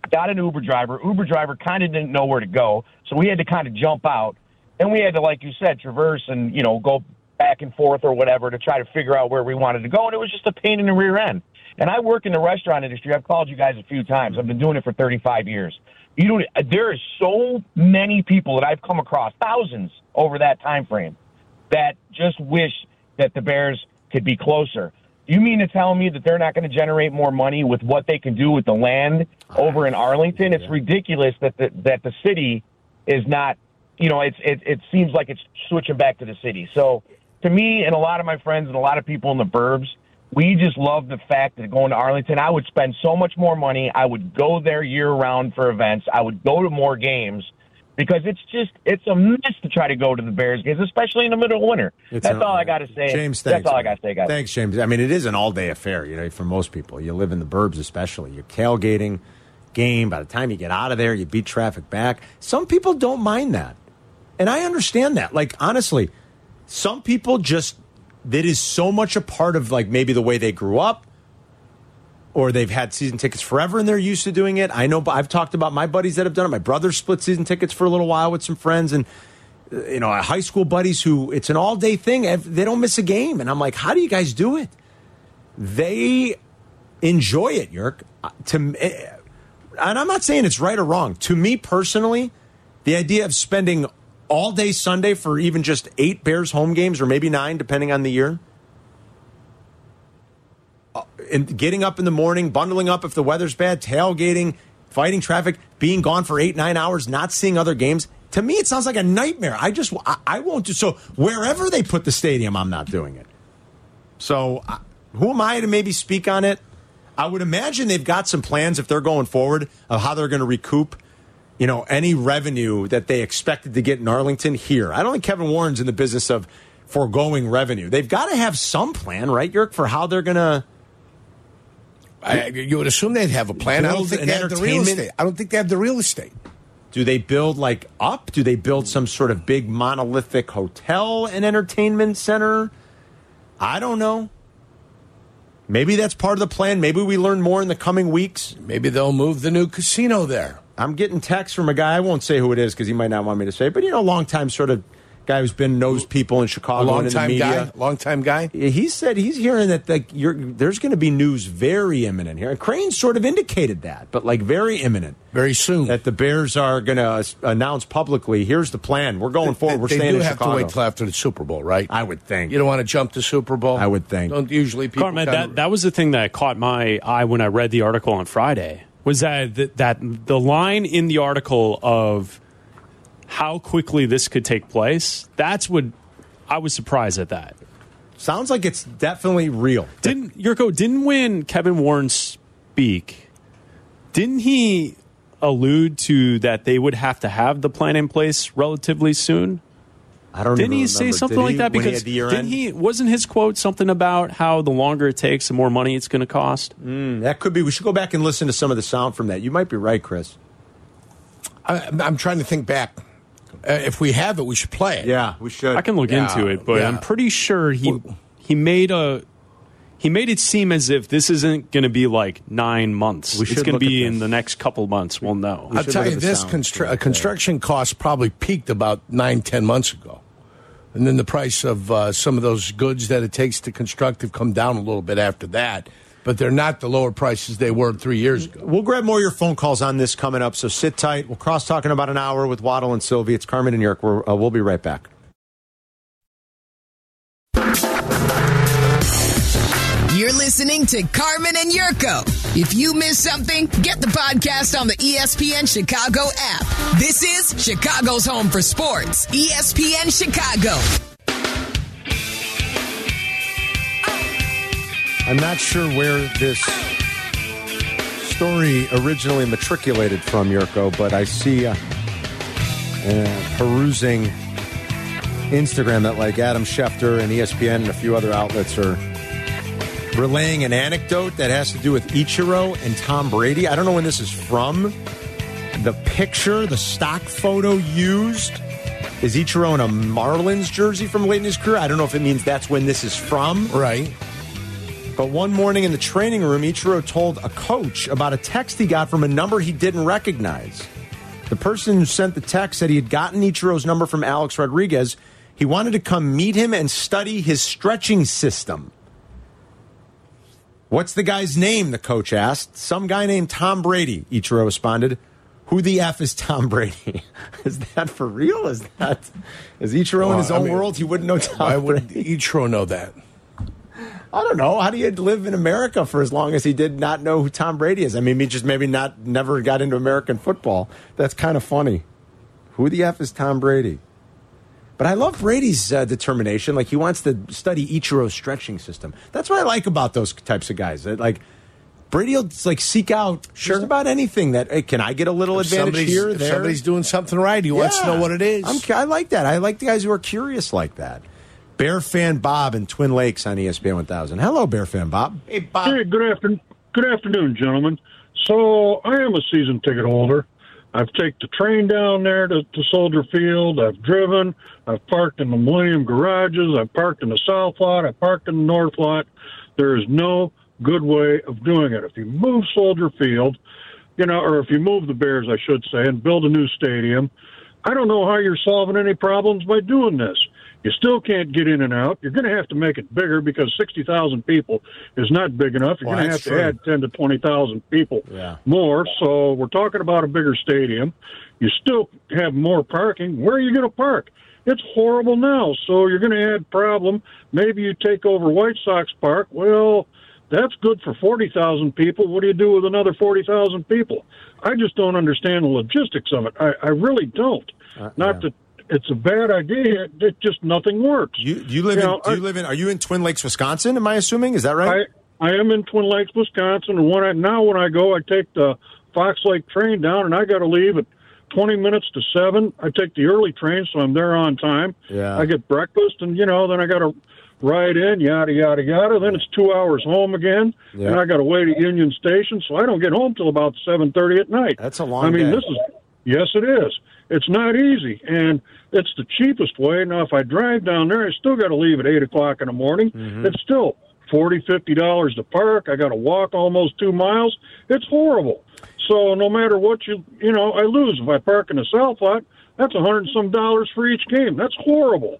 got an Uber driver. Uber driver kind of didn't know where to go, so we had to kind of jump out, and we had to, like you said, traverse and you know go back and forth or whatever to try to figure out where we wanted to go, and it was just a pain in the rear end. And I work in the restaurant industry. I've called you guys a few times. I've been doing it for 35 years. You don't. There is so many people that I've come across, thousands over that time frame, that just wish that the Bears could be closer. You mean to tell me that they're not going to generate more money with what they can do with the land over in Arlington? It's ridiculous that the that the city is not. You know, it's it it seems like it's switching back to the city. So to me and a lot of my friends and a lot of people in the burbs, we just love the fact that going to Arlington, I would spend so much more money. I would go there year round for events. I would go to more games because it's just it's a miss to try to go to the Bears games, especially in the middle of winter.
It's
That's
an-
all I got to say.
James,
That's
thanks.
all I
man.
got to say, guys.
Thanks, James. I mean, it is an all day affair, you know, for most people. You live in the burbs, especially. You're tailgating, game. By the time you get out of there, you beat traffic back. Some people don't mind that. And I understand that. Like, honestly, some people just, that is so much a part of, like, maybe the way they grew up or they've had season tickets forever and they're used to doing it. I know, but I've talked about my buddies that have done it. My brother split season tickets for a little while with some friends and, you know, high school buddies who it's an all day thing. Ev- They don't miss a game. And I'm like, how do you guys do it? They enjoy it, Yerk. Uh, To, m- eh, and I'm not saying it's right or wrong. To me personally, the idea of spending all day Sunday for even just eight Bears home games or maybe nine, depending on the year, uh, and getting up in the morning, bundling up if the weather's bad, tailgating, fighting traffic, being gone for eight, nine hours, not seeing other games. To me, it sounds like a nightmare. I just, I, I won't do so. Wherever they put the stadium, I'm not doing it. So, I- who am I to maybe speak on it? I would imagine they've got some plans if they're going forward of how they're going to recoup, you know, any revenue that they expected to get in Arlington here. I don't think Kevin Warren's in the business of foregoing revenue. They've got to have some plan, right, Yerk, for how they're going to.
I, you would assume they'd have a plan. I don't
Build
think
an
they have the real
entertainment-
estate. I don't think they have the real estate.
Do they build like up? Do they build some sort of big monolithic hotel and entertainment center? I don't know. Maybe that's part of the plan. Maybe we learn more in the coming weeks.
Maybe they'll move the new casino there.
I'm getting texts from a guy. I won't say who it is because he might not want me to say. But you know, long time sort of guy who's been knows people in
A
Chicago
long
and in the
time guy.
media.
Long time guy.
He said he's hearing that like you're, there's going to be news very imminent here. And Crane sort of indicated that, but like very imminent
Very soon.
that the Bears are going to announce publicly. Here's the plan. We're going forward. We're
they
staying
do
in
have
Chicago.
to wait till after the Super Bowl, right?
I would think.
You don't want to jump the Super Bowl.
I would think.
Don't usually people.
Carmen,
kinda-
that, that was the thing that caught my eye when I read the article on Friday was that th- that the line in the article of how quickly this could take place. That's what I was surprised at that.
Sounds like it's definitely real.
Didn't Yurko? Didn't when Kevin Warren speak? Didn't he allude to that they would have to have the plan in place relatively soon?
I don't.
Didn't
even
he say
remember.
something
Did
like
he,
that?
when he
Because
had the year
didn't
end?
he? Wasn't his quote something about how the longer it takes, the more money it's going to cost?
Mm, That could be. We should go back and listen to some of the sound from that. You might be right, Chris.
I, I'm trying to think back. Uh, if we have it, we should play it.
Yeah, we should.
I can look
Yeah,
into it, but
yeah.
I'm pretty sure he he made a he made it seem as if this isn't going to be like nine months.
We
it's
should
going to
look at
be in
this.
the next couple months. We'll know.
I'll
should
tell
look
you,
at the
this
sound.
constru- uh, construction cost probably peaked about nine, ten months ago, and then the price of uh, some of those goods that it takes to construct have come down a little bit after that. But they're not the lower prices they were three years ago.
We'll grab more of your phone calls on this coming up. So sit tight. We'll cross talk in about an hour with Waddle and Sylvie. It's Carmen and York. We're, uh, we'll be right back.
You're listening to Carmen and Yurko. If you miss something, get the podcast on the E ESPN Chicago app. This is Chicago's home for sports. E ESPN Chicago.
I'm not sure where this story originally matriculated from, Yurko, but I see uh, uh, perusing Instagram that like Adam Schefter and E ESPN and a few other outlets are relaying an anecdote that has to do with Ichiro and Tom Brady. I don't know when this is from. The picture, the stock photo used is Ichiro in a Marlins jersey from late in his career. I don't know if it means that's when this is from.
Right.
But one morning in the training room, Ichiro told a coach about a text he got from a number he didn't recognize. The person who sent the text said he had gotten Ichiro's number from Alex Rodriguez. He wanted to come meet him and study his stretching system. What's the guy's name? The coach asked. Some guy named Tom Brady, Ichiro responded. Who the F is Tom Brady? <laughs> is that for real? Is that is Ichiro in
Well,
his
I
own
mean,
world? He wouldn't know Tom
Why
Brady.
would Ichiro know that?
I don't know. How do you live in America for as long as he did not know who Tom Brady is? I mean, he just maybe not never got into American football. That's kind of funny. Who the F is Tom Brady? But I love Brady's uh, determination. Like, he wants to study Ichiro's stretching system. That's what I like about those types of guys. That, Like, Brady will like seek out just about anything that, hey, can I get a little
If
advantage
somebody's,
here,
if
there?
somebody's doing something right, he wants to
Yeah.
know what it is.
I'm, cu- I like that. I like the guys who are curious like that. Bear fan Bob in Twin Lakes on E ESPN 1000. Hello, Bear fan Bob. Hey, Bob.
Hey, good afternoon, good afternoon, gentlemen. So I am a season ticket holder. I've taken the train down there to, to Soldier Field. I've driven. I've parked in the Millennium garages. I've parked in the South Lot. I parked in the North Lot. There is no good way of doing it. If you move Soldier Field, you know, or if you move the Bears, I should say, and build a new stadium, I don't know how you're solving any problems by doing this. You still can't get in and out. You're going to have to make it bigger because 60,000 people is not big enough. You're
Well,
going to have
that's
to
true.
add 10 to 20,000 people
Yeah.
more. So we're talking about a bigger stadium. You still have more parking. Where are you going to park? It's horrible now. So you're going to add problem. Maybe you take over White Sox Park. Well, that's good for 40,000 people. What do you do with another 40,000 people? I just don't understand the logistics of it. I, I really don't.
Uh,
Not that it's a bad idea. It just nothing works.
You, you live
know,
in, do you live in, are you in Twin Lakes, Wisconsin? Am I assuming? Is that right?
I, I am in Twin Lakes, Wisconsin, and when I now when I go, I take the Fox Lake train down, and I got to leave at twenty minutes to seven. I take the early train, so I'm there on time.
Yeah.
I get breakfast, and you know, then I got to ride in, yada yada yada. Then it's two hours home again,
Yeah.
and I got to wait at Union Station, so I don't get home till about seven thirty at night.
That's a long
I mean,
day.
this is yes, it is. It's not easy, and it's the cheapest way. Now, if I drive down there, I still got to leave at eight o'clock in the morning. It's still forty, fifty dollars to park. I got to walk almost two miles. It's horrible. So no matter what you you know, I lose if I park in the south lot. That's a hundred and some dollars for each game. That's horrible.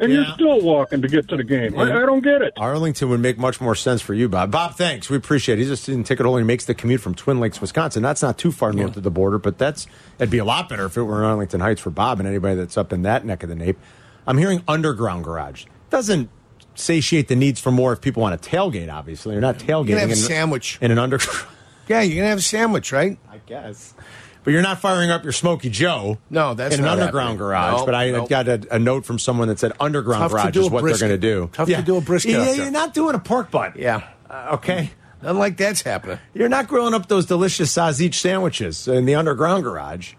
And
Yeah.
you're still walking to get to the game. I, I don't get it.
Arlington would make much more sense for you, Bob. Bob, thanks. We appreciate it. He's a student ticket holder. He makes the commute from Twin Lakes, Wisconsin. That's not too far north of the border, but that's that'd be a lot better if it were in Arlington Heights for Bob and anybody that's up in that neck of the nape. I'm hearing underground garage doesn't satiate the needs for more if people want to tailgate. Obviously, you're not tailgating.
You can have a
in-
sandwich.
in an underground.
yeah, you're gonna have a sandwich, right?
I guess. <laughs> But you're not firing up your Smoky Joe.
No, Oh, that's
in an
not
underground
happening.
garage.
No,
but I
nope.
got a, a note from someone that said underground
Tough to
garage
do
is
a
what
brisket.
they're going to do.
Tough to do a brisket
Yeah,
out
you're
there.
not doing a pork butt.
Yeah.
Uh, okay.
Nothing like that's happening.
You're not grilling up those delicious sausage sandwiches in the underground garage.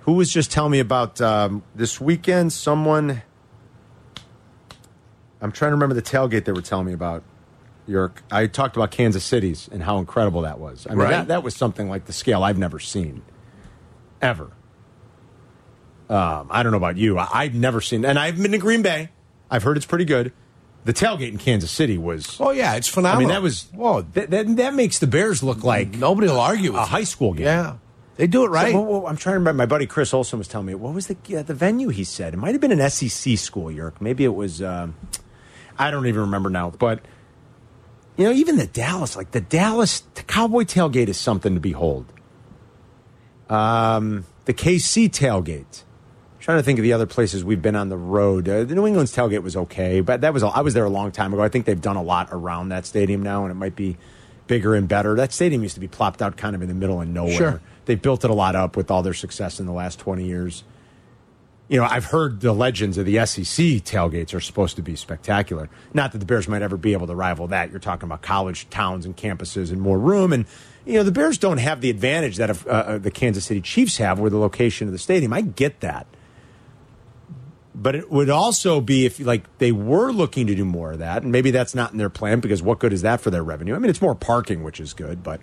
Who was just telling me about um, this weekend? Someone I'm trying to remember the tailgate they were telling me about. York, I talked about Kansas City's and how incredible that was. I mean,
Right.
that, that was something like the scale I've never seen, ever. Um, I don't know about you. I, I've never seen, and I've been to Green Bay. I've heard it's pretty good. The tailgate in Kansas City was.
Oh yeah, it's
I
phenomenal.
mean, that was. Whoa, that, that, that makes the Bears look like
nobody will argue with
a
you.
high school game.
Yeah, they do it right.
Whoa, whoa, I'm trying to remember. My buddy Chris Olson was telling me what was the yeah, the venue. He said it might have been an SEC school, York. Maybe it was. Um, I don't even remember now. But you know, even the Dallas, like the Dallas Cowboy tailgate, is something to behold. Um, the KC tailgate. I'm trying to think of the other places we've been on the road. Uh, the New England's tailgate was okay, but that was a- I was there a long time ago. I think they've done a lot around that stadium now, and it might be bigger and better. That stadium used to be plopped out kind of in the middle of nowhere.
Sure.
They built it a lot up with all their success in the last twenty years. You know, I've heard the legends of the SEC tailgates are supposed to be spectacular. Not that the Bears might ever be able to rival that. You're talking about college towns and campuses and more room. And, you know, the Bears don't have the advantage that uh, uh, the Kansas City Chiefs have with the location of the stadium. I get that but it would also be if like they were looking to do more of that and maybe that's not in their plan because what good is that for their revenue i mean it's more parking which is good but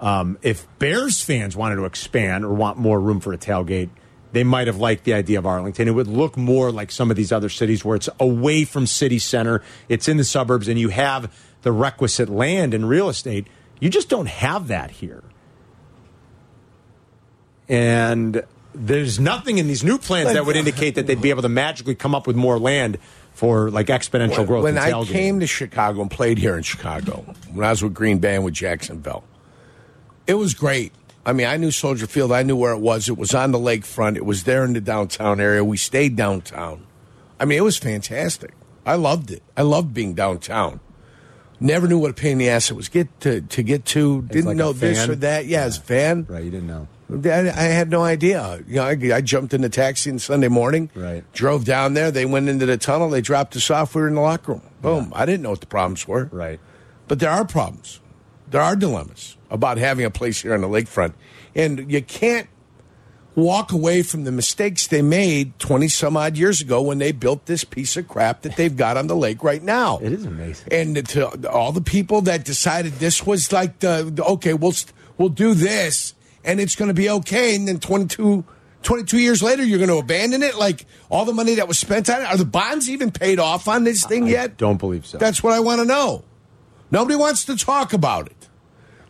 um, if bears fans wanted to expand or want more room for a tailgate they might have liked the idea of arlington it would look more like some of these other cities where it's away from city center it's in the suburbs and you have the requisite land and real estate you just don't have that here and there's nothing in these new plans that would indicate that they'd be able to magically come up with more land for like exponential growth.
when
in
I
tailgating.
came to Chicago and played here in Chicago, when I was with Green Bay and with Jacksonville, it was great. I mean, I knew Soldier Field. I knew where it was. It was on the lakefront. It was there in the downtown area. We stayed downtown. I mean, it was fantastic. I loved it. I loved being downtown. Never knew what a pain in the ass it was get to to get to. Didn't
like a
know this
fan.
or that. Yeah, it's van.
right, you didn't know.
I, I had no idea. You know, I, I jumped in the taxi on Sunday morning.
Right.
Drove down there. They went into the tunnel. They dropped us off. We were in the locker room. Boom. I didn't know what the problems were.
Right.
But there are problems. There are dilemmas about having a place here on the lakefront, and you can't walk away from the mistakes they made twenty some odd years ago when they built this piece of crap that they've got on the lake right now.
It is amazing.
And to all the people that decided this was like the, the- okay, we'll st- we'll do this and it's going to be okay and then 22 22 years later you're going to abandon it like all the money that was spent on it are the bonds even paid off on this thing
I
yet?
don't believe so.
That's what I want to know. Nobody wants to talk about it.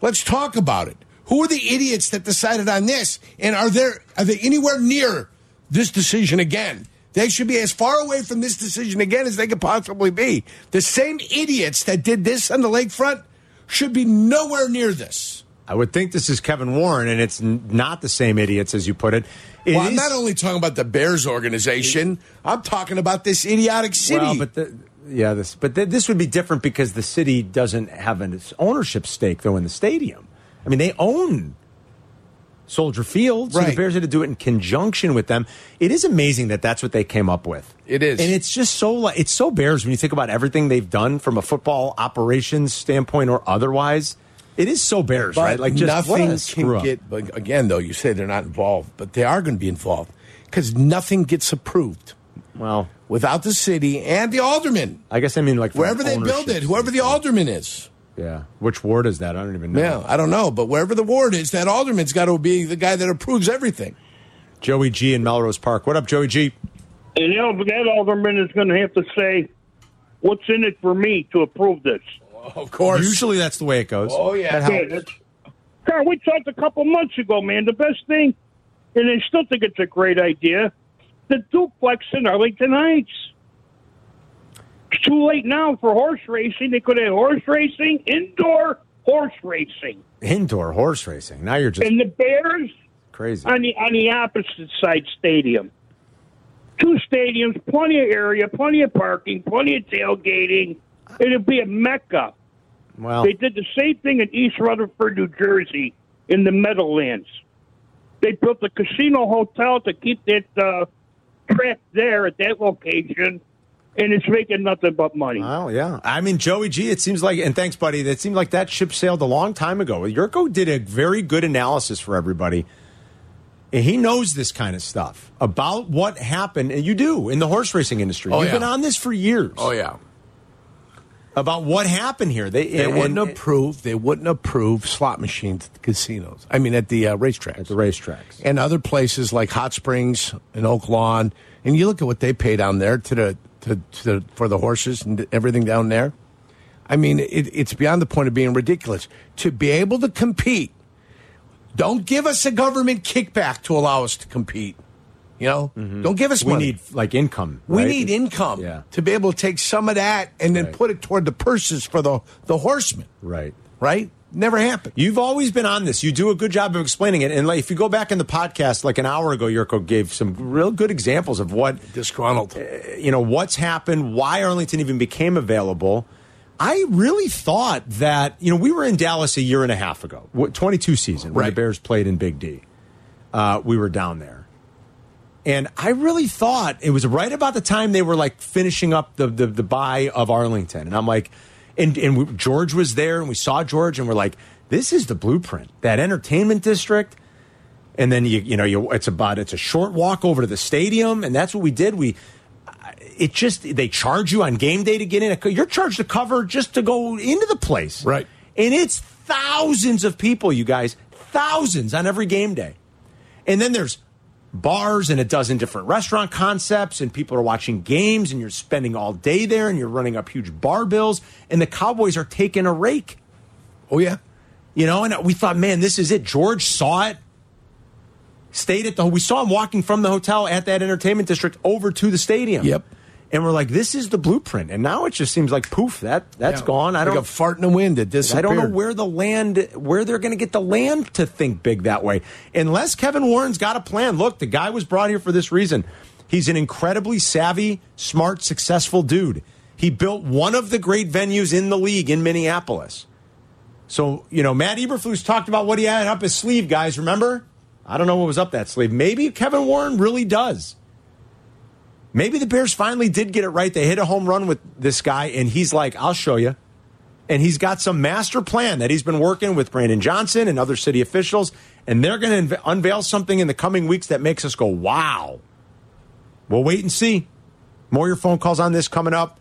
Let's talk about it. Who are the idiots that decided on this? And are there are they anywhere near this decision again? They should be as far away from this decision again as they could possibly be. The same idiots that did this on the lakefront should be nowhere near this.
I would think this is Kevin Warren, and it's n- not the same idiots as you put it. It
Well, I'm
is-
not only talking about the Bears organization, I'm talking about this idiotic city.
Well, but the, yeah, this but th- this would be different because the city doesn't have an its ownership stake though in the stadium. I mean, they own Soldier Field, so the
Right.
Bears had to do it in conjunction with them. It is amazing that that's what they came up with.
It is.
and it's just so like it's so Bears when you think about everything they've done from a football operations standpoint or otherwise. It is so Bears, right? Like just what a
nothing
screw
can
up.
get. But again, though, you say they're not involved, but they are going to be involved because nothing gets approved
well.
without the city and the alderman,
I guess I mean like from
wherever they
ownership
build it, whoever the
standpoint.
alderman is.
Yeah, which ward is that? I don't even know.
Yeah, I don't know, but wherever the ward is, that alderman's got to be the guy that approves everything.
Joey G in Melrose Park. What up, Joey G?
And you know, but that alderman is going to have to say, what's in it for me to approve this?
Of course.
Usually that's the way it goes.
Oh, yeah.
That helps.
Yeah, that's- God, we talked a couple months ago, man. The best thing, and I still think it's a great idea, the duplex in Arlington Heights. It's too late now for horse racing. They could have horse racing, indoor horse racing.
Indoor horse racing. Now you're just
And the Bears
crazy.
on the on the opposite side stadium. Two stadiums, plenty of area, plenty of parking, plenty of tailgating. It'll be a mecca.
Well,
They did the same thing in East Rutherford, New Jersey, in the Meadowlands. They built a casino hotel to keep that uh, crap there at that location, and it's making nothing but money.
well, yeah. I mean, Joey G, it seems like, and thanks, buddy, it seemed like that ship sailed a long time ago. Yurko did a very good analysis for everybody And he knows this kind of stuff about what happened. And you do in the horse racing industry.
Oh,
You've
yeah.
been on this for years
Oh yeah.
about what happened here. They,
They
and-
wouldn't
and-
approve. They wouldn't approve slot machines at the casinos. I mean, at the uh, racetracks.
at the racetracks.
and other places like Hot Springs and Oak Lawn. And you look at what they pay down there to the to, to the, for the horses and everything down there. I mean, it, it's beyond the point of being ridiculous to be able to compete. Don't give us a government kickback to allow us to compete. You know, don't give us
Mm. Mm-hmm. we
money.
need like income.
We
right?
need income
Yeah.
to be able to take some of that and then
Right.
put it toward the purses for the the horsemen.
Right.
Right? Never happened.
You've always been on this. You do a good job of explaining it. And like, if you go back in the podcast, like an hour ago, Yurko gave some real good examples of what
Disgruntled.
you know what's happened, why Arlington even became available. I really thought that you know we were in Dallas a year and a half ago, wh- 22 season when the
Right.
Bears played in Big D. Uh, we were down there, and I really thought it was right about the time they were like finishing up the the, the buy of Arlington, and I'm like, and and we, George was there, and we saw George, and we're like, this is the blueprint that entertainment district and then you you know you it's about it's a short walk over to the stadium and that's what we did we it just they charge you on game day to get in you're charged a cover just to go into the place
Right.
and it's thousands of people you guys thousands on every game day and then there's bars and a dozen different restaurant concepts and people are watching games and you're spending all day there and you're running up huge bar bills and the cowboys are taking a rake
Oh yeah.
you know, and we thought, man, this is it. George saw it. Stayed at the. We saw him walking from the hotel at that entertainment district over to the stadium.
Yep.
And we're like, this is the blueprint. And now it just seems like poof, that that's
Yeah.
gone. I
like
don't.
a fart in the wind. It
I
disappeared.
don't know where the land, where they're going to get the land to think big that way. Unless Kevin Warren's got a plan. Look, the guy was brought here for this reason. He's an incredibly savvy, smart, successful dude. He built one of the great venues in the league in Minneapolis. So, you know, Matt Eberflus talked about what he had up his sleeve, guys. Remember? I don't know what was up that sleeve. Maybe Kevin Warren really does. Maybe the Bears finally did get it right. They hit a home run with this guy, and he's like, I'll show you and he's got some master plan that he's been working with Brandon Johnson and other city officials, and they're going to unveil something in the coming weeks that makes us go, wow. We'll wait and see. More of your phone calls on this coming up.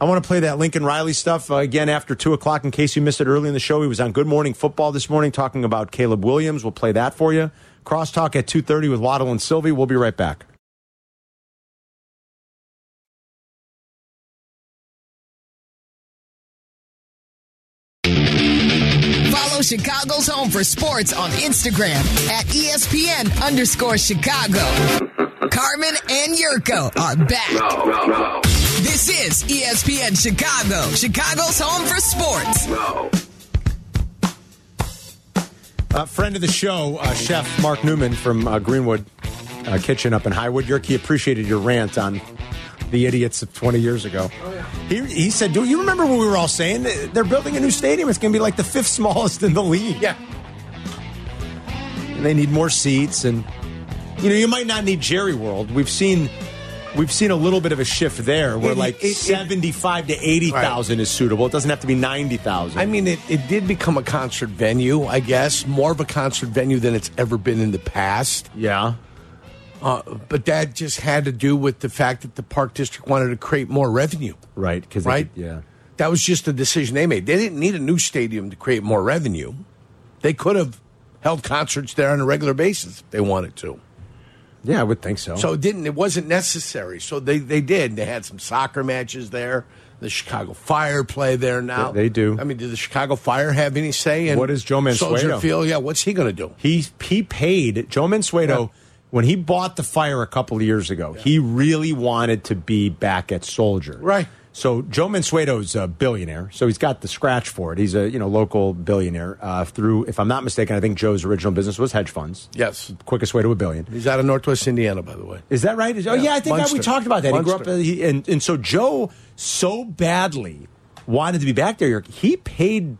I want to play that Lincoln Riley stuff uh, again after 2 o'clock in case you missed it early in the show. He was on Good Morning Football this morning talking about Caleb Williams. We'll play that for you. Crosstalk at 2.30 with Waddle and Sylvie. We'll be right back.
Follow Chicago's Home for Sports on Instagram at E ESPN underscore Chicago. Carmen and Yurko are back. This is E ESPN Chicago, Chicago's Home for Sports.
Uh, friend of the show, uh, Chef Mark Newman from uh, Greenwood uh, Kitchen up in Highwood. Yerky appreciated your rant on the idiots of 20 years ago.
Oh,
He, he said, Do you remember what we were all saying? They're building a new stadium. It's going to be like the fifth smallest in the league.
Yeah.
And they need more seats. And, you know, you might not need Jerry World. We've seen. We've seen a little bit of a shift there, where
It-
like
it- it-
seventy-five to eighty thousand is suitable. It doesn't have to be ninety thousand.
I mean, it, it did become a concert venue, I guess, more of a concert venue than it's ever been in the past. Uh,
yeah,
But that just had to do with the fact that the park district wanted to create more revenue.
right. Because
Right?
yeah.
That was just a decision they made. They didn't need a new stadium to create more revenue. They could have held concerts there on a regular basis if they wanted to.
Yeah, I would think so.
So it didn't. It wasn't necessary. So they they did. They had some soccer matches there. The Chicago Fire play there now.
They- they do.
I mean, did the Chicago Fire have any say in
What is Joe Mansueto?
Soldier Field? Yeah, what's he going to do?
He he paid Joe Mansueto
Yeah.
when he bought the fire a couple of years ago. He really wanted to be back at Soldier.
Right.
So Joe Mansueto's a billionaire, so he's got the scratch for it. He's a you know local billionaire uh, through, if I'm not mistaken, I think Joe's original business was hedge funds.
Yes.
Quickest way to a billion.
He's out of Northwest Indiana, by the way.
Is that right? Is- oh
Yeah,
yeah, I think that we
Munster.
talked about that. He
Munster.
grew up, uh, he, and and so Joe so badly wanted to be back there. He paid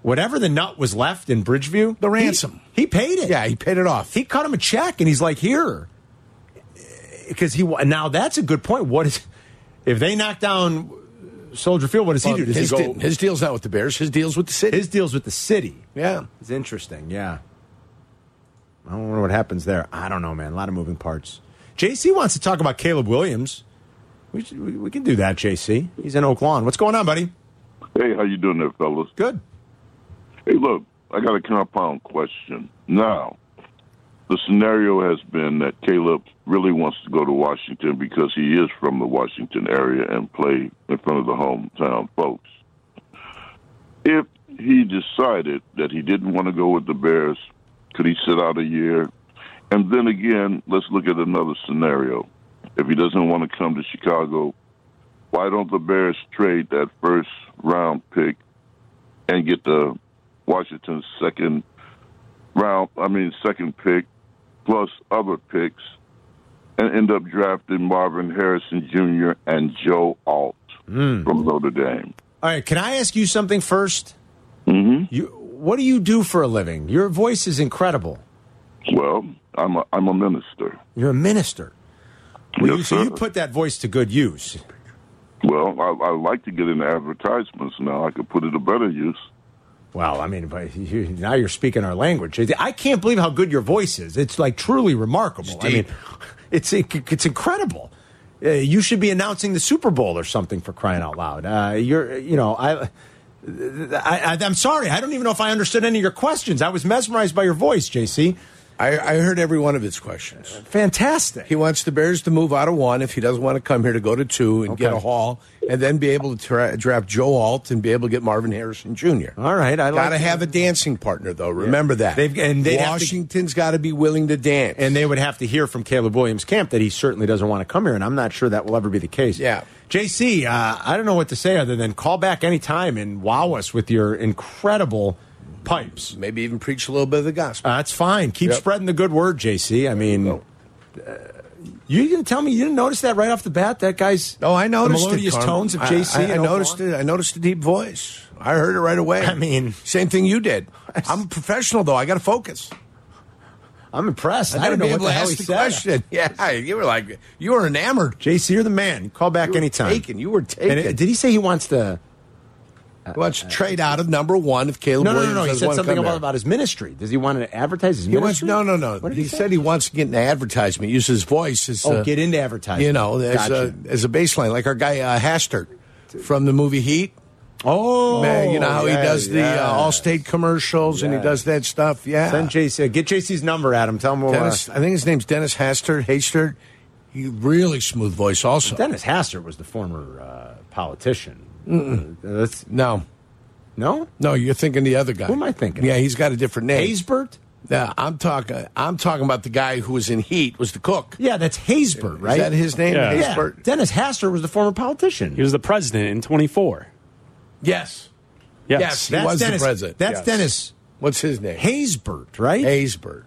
whatever the nut was left in Bridgeview,
The
he-
ransom.
He paid it.
Yeah, he paid it off.
He cut him a check, and he's like, "Here," because he. wa- Now that's a good point. What is if they knock down Soldier Field? What does
Well,
he do? Does
his,
he go?
di- his deal's not with the Bears. His deal's with the city.
his deals with the city.
yeah.
It's interesting. Yeah. I don't know what happens there. I don't know, man. A lot of moving parts. JC wants to talk about Caleb Williams. We, should, we, we can do that, JC. He's in Oak Lawn. What's going on, buddy?
Hey, how you doing there, fellas?
Good.
Hey, look, I got a compound question. Now, the scenario has been that Caleb really wants to go to Washington because he is from the Washington area and play in front of the hometown folks. If he decided that he didn't want to go with the Bears, could he sit out a year? And then again, let's look at another scenario. If he doesn't want to come to Chicago, why don't the Bears trade that first round pick and get the Washington's second round, I mean, second pick, plus other picks, and end up drafting Marvin Harrison Jr. and Joe Alt
Hmm.
from Notre Dame.
All right, can I ask you something 1st
Mm-hmm.
Mhm.
You, what do you do for a living? Your voice is incredible.
Well, I'm a, I'm a minister.
You're a minister. Well,
Yes,
you, so
sir.
you put that voice to good use.
Well, I, I like to get into advertisements now. I could put it to better use.
Well, I mean, but you, now you're speaking our language. I can't believe how good your voice is. It's like truly remarkable. I mean, <laughs>
deep.
it's it's incredible. Uh, you should be announcing the Super Bowl or something for crying out loud. Uh, you're, you know, I, I, I, I'm sorry, I don't even know if I understood any of your questions. I was mesmerized by your voice, JC.
I, I heard every one of his questions.
Fantastic.
He wants the Bears to move out of one if he doesn't want to come here to go to two and get
Okay.
a haul, and then be able to tra- draft Joe Alt and be able to get Marvin Harrison Jr.
All right, I
Got to
like-
have a dancing partner, though. Remember that.
They've- and they'd have to-
Washington's got to be willing to dance.
And they would have to hear from Caleb Williams' camp that he certainly doesn't want to come here, and I'm not sure that will ever be the case.
Yeah.
JC, uh, I don't know what to say other than call back anytime and wow us with your incredible pipes.
maybe even preach a little bit of the gospel.
Uh, that's fine. Keep
Yep.
spreading the good word, JC. I mean,
go.
uh, you didn't tell me you didn't notice that right off the bat. That guy's
No, I noticed
the melodious
it, Carm.
tones of
I-
JC.
I, I
and
noticed
Oklahoma.
it. I noticed the deep voice. I heard it right away.
I mean-
same thing you
<laughs>
did. I'm a professional, though. I got to focus.
I'm impressed. I,
I, got to
don't
be
know what
able
the
to
hell he
ask the
said.
question. <laughs> Yeah, you were like you were enamored.
JC, you're the man. Call back
You were
anytime.
taken. You were
And
taken.
it- did he say he wants to? uh,
Let's trade out of number one if Caleb
No, no, no,
Williams
no. He
doesn't
said
want to
something
come
about,
there.
about his ministry. Does he want to advertise his
He wants,
ministry?
no, no, no.
What did
he, said he wants to get into advertisement, use his voice as
Oh,
a-
get into advertising.
You know, as,
Gotcha.
a, as a baseline, like our guy uh, Hastert from the movie Heat.
Oh,
Man, you know how
yeah,
he does the
yeah.
uh, Allstate commercials and he
Yes.
does that stuff. Yeah,
Send JC. Get JC's number, Adam. Tell him we'll. uh,
Dennis, I think his name's Dennis Hastert. Hastert. He really smooth voice. Also,
Dennis Hastert was the former uh, politician. Uh, that's,
no,
no,
no, you're thinking the other guy.
Who am I thinking
Yeah,
of?
he's got a different name.
Haysbert.
Yeah, I'm talking. I'm talking about the guy who was in Heat. Was the cook?
Yeah, that's Haysbert, right?
Is that his name?
Yeah.
Yeah.
Haysbert?
Dennis Hastert was the former politician.
He was the president in 24.
Yes.
Yes.
Yes.
that's
he was the
Dennis,
president,
That's
yes.
Dennis
What's his name?
Haysbert, right?
Haysbert.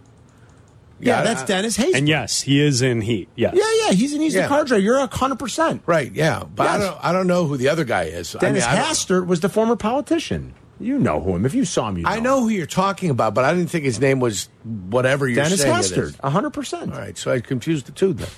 yeah,
Yeah,
that's
I-
Dennis Haysbert.
And yes, he is in heat. Yes.
yeah, yeah, he's an easy
Yeah.
car driver. You're hundred percent.
Right. Yeah, but I
Yes.
don't. I don't know who the other guy is.
Dennis
I mean, I don't-
Hastert was the former politician. You know who him. If you saw him, you know.
I know who you're talking about, but I didn't think his name was whatever you're
Dennis
saying. it is.
Hastert, hundred percent.
All right, so I confused the two then.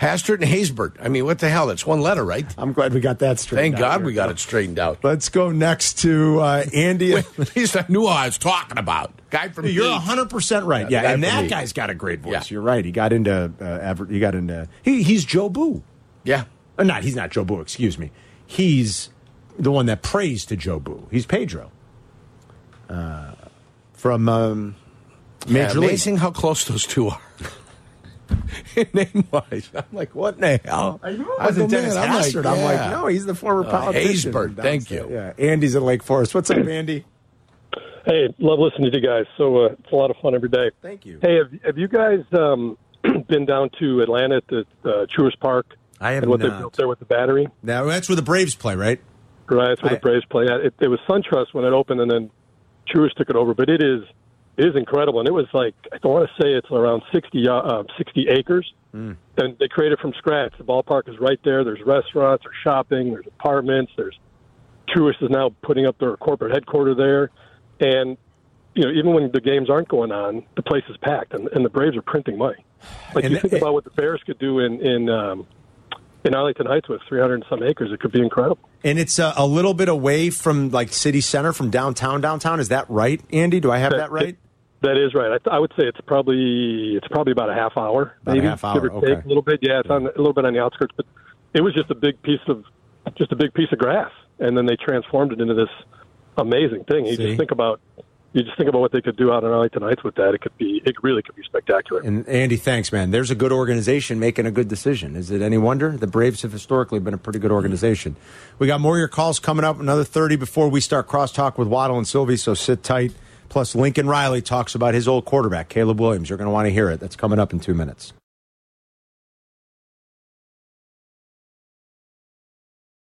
Hastert and Haysbert. I mean, what the hell? That's one letter, right?
I'm glad we got that straight.
Thank God we got it straightened out.
Let's go next to uh, Andy.
Wait, <laughs> At least I knew what I was talking about. Guy from
You're
Heat.
100 percent right. Yeah,
Yeah,
and
guy from
that
Heat.
guy's got a great voice.
Yeah.
You're right. He got into uh, Aver- he got into he, he's Joe Boo.
Yeah.
Uh, not he's not Joe Boo. Excuse me. He's the one that prays to Joe Boo. He's Pedro uh, from um,
Yeah,
Major League.
amazing how close those two are. <laughs> Name wise, I'm like, what in the hell?
I was in Dennis
I'm like,
Hastert. I'm like,
yeah. Uh,
no, he's the former politician.
Haysbert,
Down
thank
south.
you.
Yeah, Andy's in Lake Forest. What's up, Andy?
Hey, love listening to you guys. So uh, it's a lot of fun every day.
Thank you.
Hey, have, have you guys um, <clears throat> been down to Atlanta at the uh, Truist Park?
I have
and what
not.
they built there with the battery.
Now that's where the Braves play, right?
Right, that's where
I-
the Braves play. It, it was SunTrust when it opened, and then Truist took it over. But it is it is incredible, and it was like I don't want to say it's around 60, uh, uh, 60 acres,
Mm.
and they created it from scratch. The ballpark is right there. There's restaurants, there's shopping, there's apartments. There's Truist is now putting up their corporate headquarters there, and you know even when the games aren't going on, the place is packed, and, and the Braves are printing money. Like
And
you think
it-
about what the Bears could do in in um, in Arlington Heights with three hundred and some acres, it could be incredible.
And it's uh, a, a little bit away from like city center, from downtown. Downtown is that right, Andy? Do I have that right?
That is right. I, th- I would say it's probably it's probably about a half hour,
About a
maybe
half
give
hour,
or take
okay.
a little bit. Yeah, it's on a little bit on the outskirts, but it was just a big piece of just a big piece of grass, and then they transformed it into this amazing thing. You
See?
just think about you just think about what they could do out on LA Nights with that. It could be it really could be spectacular.
And Andy, thanks, man. There's a good organization making a good decision. Is it any wonder? The Braves have historically been a pretty good organization. We got more of your calls coming up, another 30 before we start crosstalk with Waddle and Sylvie, so sit tight. Plus, Lincoln Riley talks about his old quarterback, Caleb Williams. You're going to want to hear it. That's coming up in two minutes.